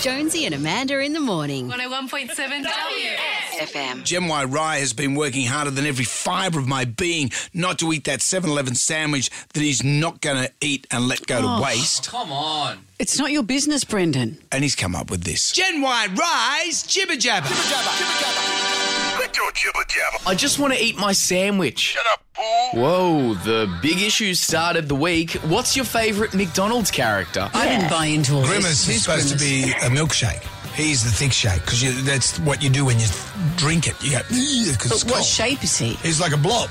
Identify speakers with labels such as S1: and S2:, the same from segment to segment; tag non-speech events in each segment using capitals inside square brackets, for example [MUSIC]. S1: Jonesy and Amanda in the morning.
S2: 101.7 W.
S1: FM.
S3: Gemwai Rai has been working harder than every fibre of my being not to eat that 7 Eleven sandwich that he's not going to eat and let go
S1: Oh.
S3: to waste.
S4: Come on.
S1: It's not your business, Brendan.
S3: And he's come up with this. Gemwai Rai's Jibber Jabber.
S4: I just want to eat my sandwich.
S5: Shut up, fool.
S4: Whoa, the big issue start of the week. What's your favourite McDonald's character?
S1: I didn't buy into all
S3: Grimace
S1: this.
S3: is
S1: Who's
S3: supposed to
S1: Grimace?
S3: be a milkshake. He's the thick shake because that's what you do when you drink it. You go, because it's
S1: But what
S3: cold.
S1: shape is he?
S3: He's like a blob.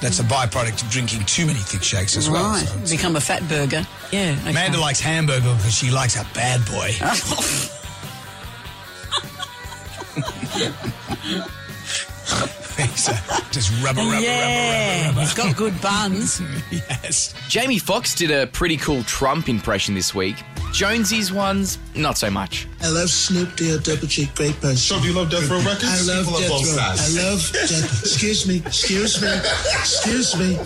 S3: That's a byproduct of drinking too many thick shakes as well.
S1: right.
S3: so it's-
S1: Become a fat burger. Yeah. okay.
S3: Amanda likes hamburger because she likes a bad
S1: [LAUGHS]
S3: boy. He's a- just rubber, rubber,
S1: Oh, yeah.
S3: rubber, rubber,
S1: He's got good buns.
S3: rubber. Yes.
S4: Jamie Foxx did a pretty cool Trump impression this week. Jonesy's ones, not so much.
S6: I love Snoop Deal, Double G, great person.
S7: So do you love Death Row Records?
S6: I love
S7: People of
S6: Death
S7: both
S6: Row. I
S7: sides.
S6: love Death. Excuse me, excuse me, excuse me.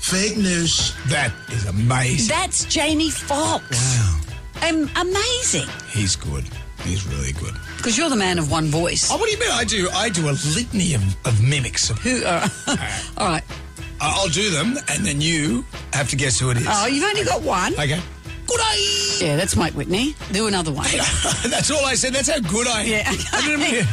S6: Fake news.
S3: That is amazing.
S1: That's Jamie Foxx.
S3: Wow.
S1: Um, amazing.
S3: He's good. He's really good.
S1: Because you're the man of one voice.
S3: Oh, what do you mean? I do. I do a litany of, of mimics. I-
S1: Who? All right. uh, [LAUGHS] all right.
S3: I'll do them, and then you have to guess who it is.
S1: Oh, you've only got one.
S3: Okay. Good eye. [LAUGHS]
S1: Yeah, that's Mike Whitney. Do another one.
S3: That's all I said. That's how good I am.
S1: Yeah.
S3: [LAUGHS] I didn't mean-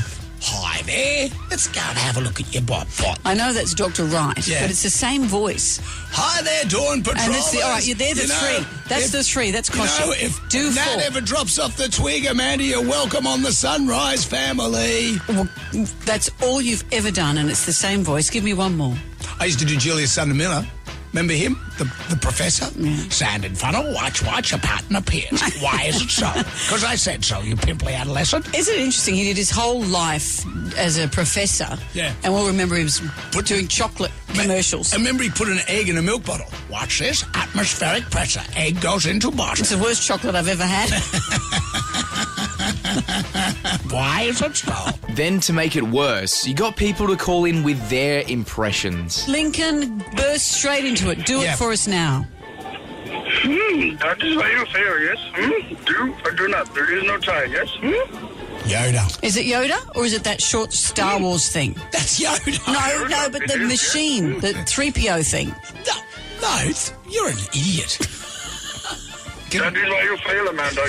S3: Hi there. Let's go and have a look at your bot bot.
S1: I know that's Dr. Wright,
S3: Yeah.
S1: but it's the same voice.
S3: Hi there, Dawn Patrol.
S1: And it's the, all right, yeah, they're the
S3: You know,
S1: three. That's
S3: if-
S1: the three. That's
S3: You
S1: Koshy.
S3: know, if
S1: Do
S3: Nat
S1: four.
S3: ever drops off the twig, Amanda, you're welcome on the Sunrise family.
S1: Well, that's all you've ever done, and it's the same voice. Give me one more.
S3: I used to do Julius Sander Miller. Remember him? The, the professor? Sand in funnel, watch, watch, a
S1: [LAUGHS]
S3: pattern appears. Why is it so? Because I said so, you pimply adolescent.
S1: Isn't it interesting? He did his whole life as a professor.
S3: Yeah.
S1: And we'll remember him as
S3: Put-
S1: doing chocolate commercials.
S3: I remember he put an egg in a milk bottle. Watch this. Atmospheric pressure. Egg goes into bottle.
S1: it's the worst chocolate I've ever
S3: [LAUGHS]
S1: had.
S3: Why is it so?
S1: [LAUGHS]
S4: Then, to make it worse, you got people to call in with their impressions.
S1: Lincoln, burst straight into it. Do
S3: Yeah.
S1: it for us now.
S8: Hmm, that is why you fail, yes? Hmm? Do or do not. There is no try, yes? Hmm?
S3: Yoda.
S1: Is it Yoda or is it that short
S3: Hmm.
S1: Star Wars thing?
S3: That's Yoda.
S1: No, no, but the machine,
S3: [LAUGHS]
S1: the 3PO thing.
S3: No, no it's- you're an idiot.
S8: That is why you fail, Amanda,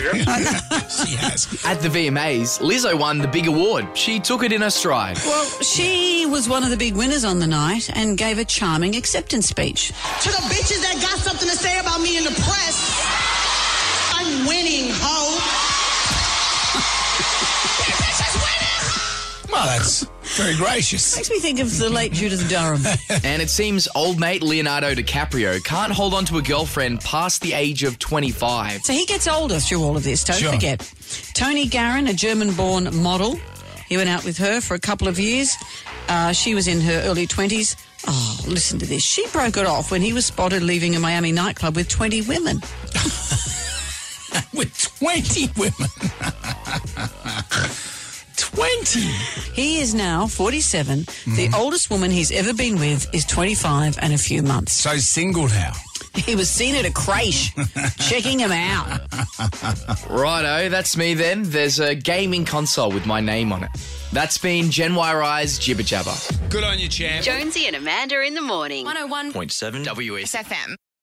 S3: [LAUGHS]
S8: yes?
S3: she has.
S4: At the VMAs, Lizzo won the big award. She took it in her [LAUGHS] stride.
S1: Well, she was one of the big winners on the night and gave a charming acceptance speech.
S9: to the bitches that got something to say about me in the press. I'm winning, ho. You bitches winning, ho.
S3: Well, that's very gracious.
S1: Makes me think of the late Judith
S3: [LAUGHS]
S1: Durham.
S4: And it seems old mate Leonardo DiCaprio can't hold on to a girlfriend past the age of 25.
S1: So he gets older through all of this, don't
S3: Sure.
S1: forget. Tony Garin, a German born model, he went out with her for a couple of years. Uh, she was in her early 20s. Oh, listen to this. She broke it off when he was spotted leaving a Miami nightclub with 20 women.
S3: With 20 women. [LAUGHS] 20.
S1: He is now 47.
S3: Mm-hmm.
S1: The oldest woman he's ever been with is 25 and a few months.
S3: So single now.
S1: He was seen at a
S3: [LAUGHS]
S1: creche checking him out.
S4: Righto, that's me then. There's a gaming console with my name on it. That's been Gen Y Rise Jibber Jabber.
S3: Good on you, champ.
S1: Jonesy and Amanda in the morning.
S2: 101.7
S4: WS.
S2: FM.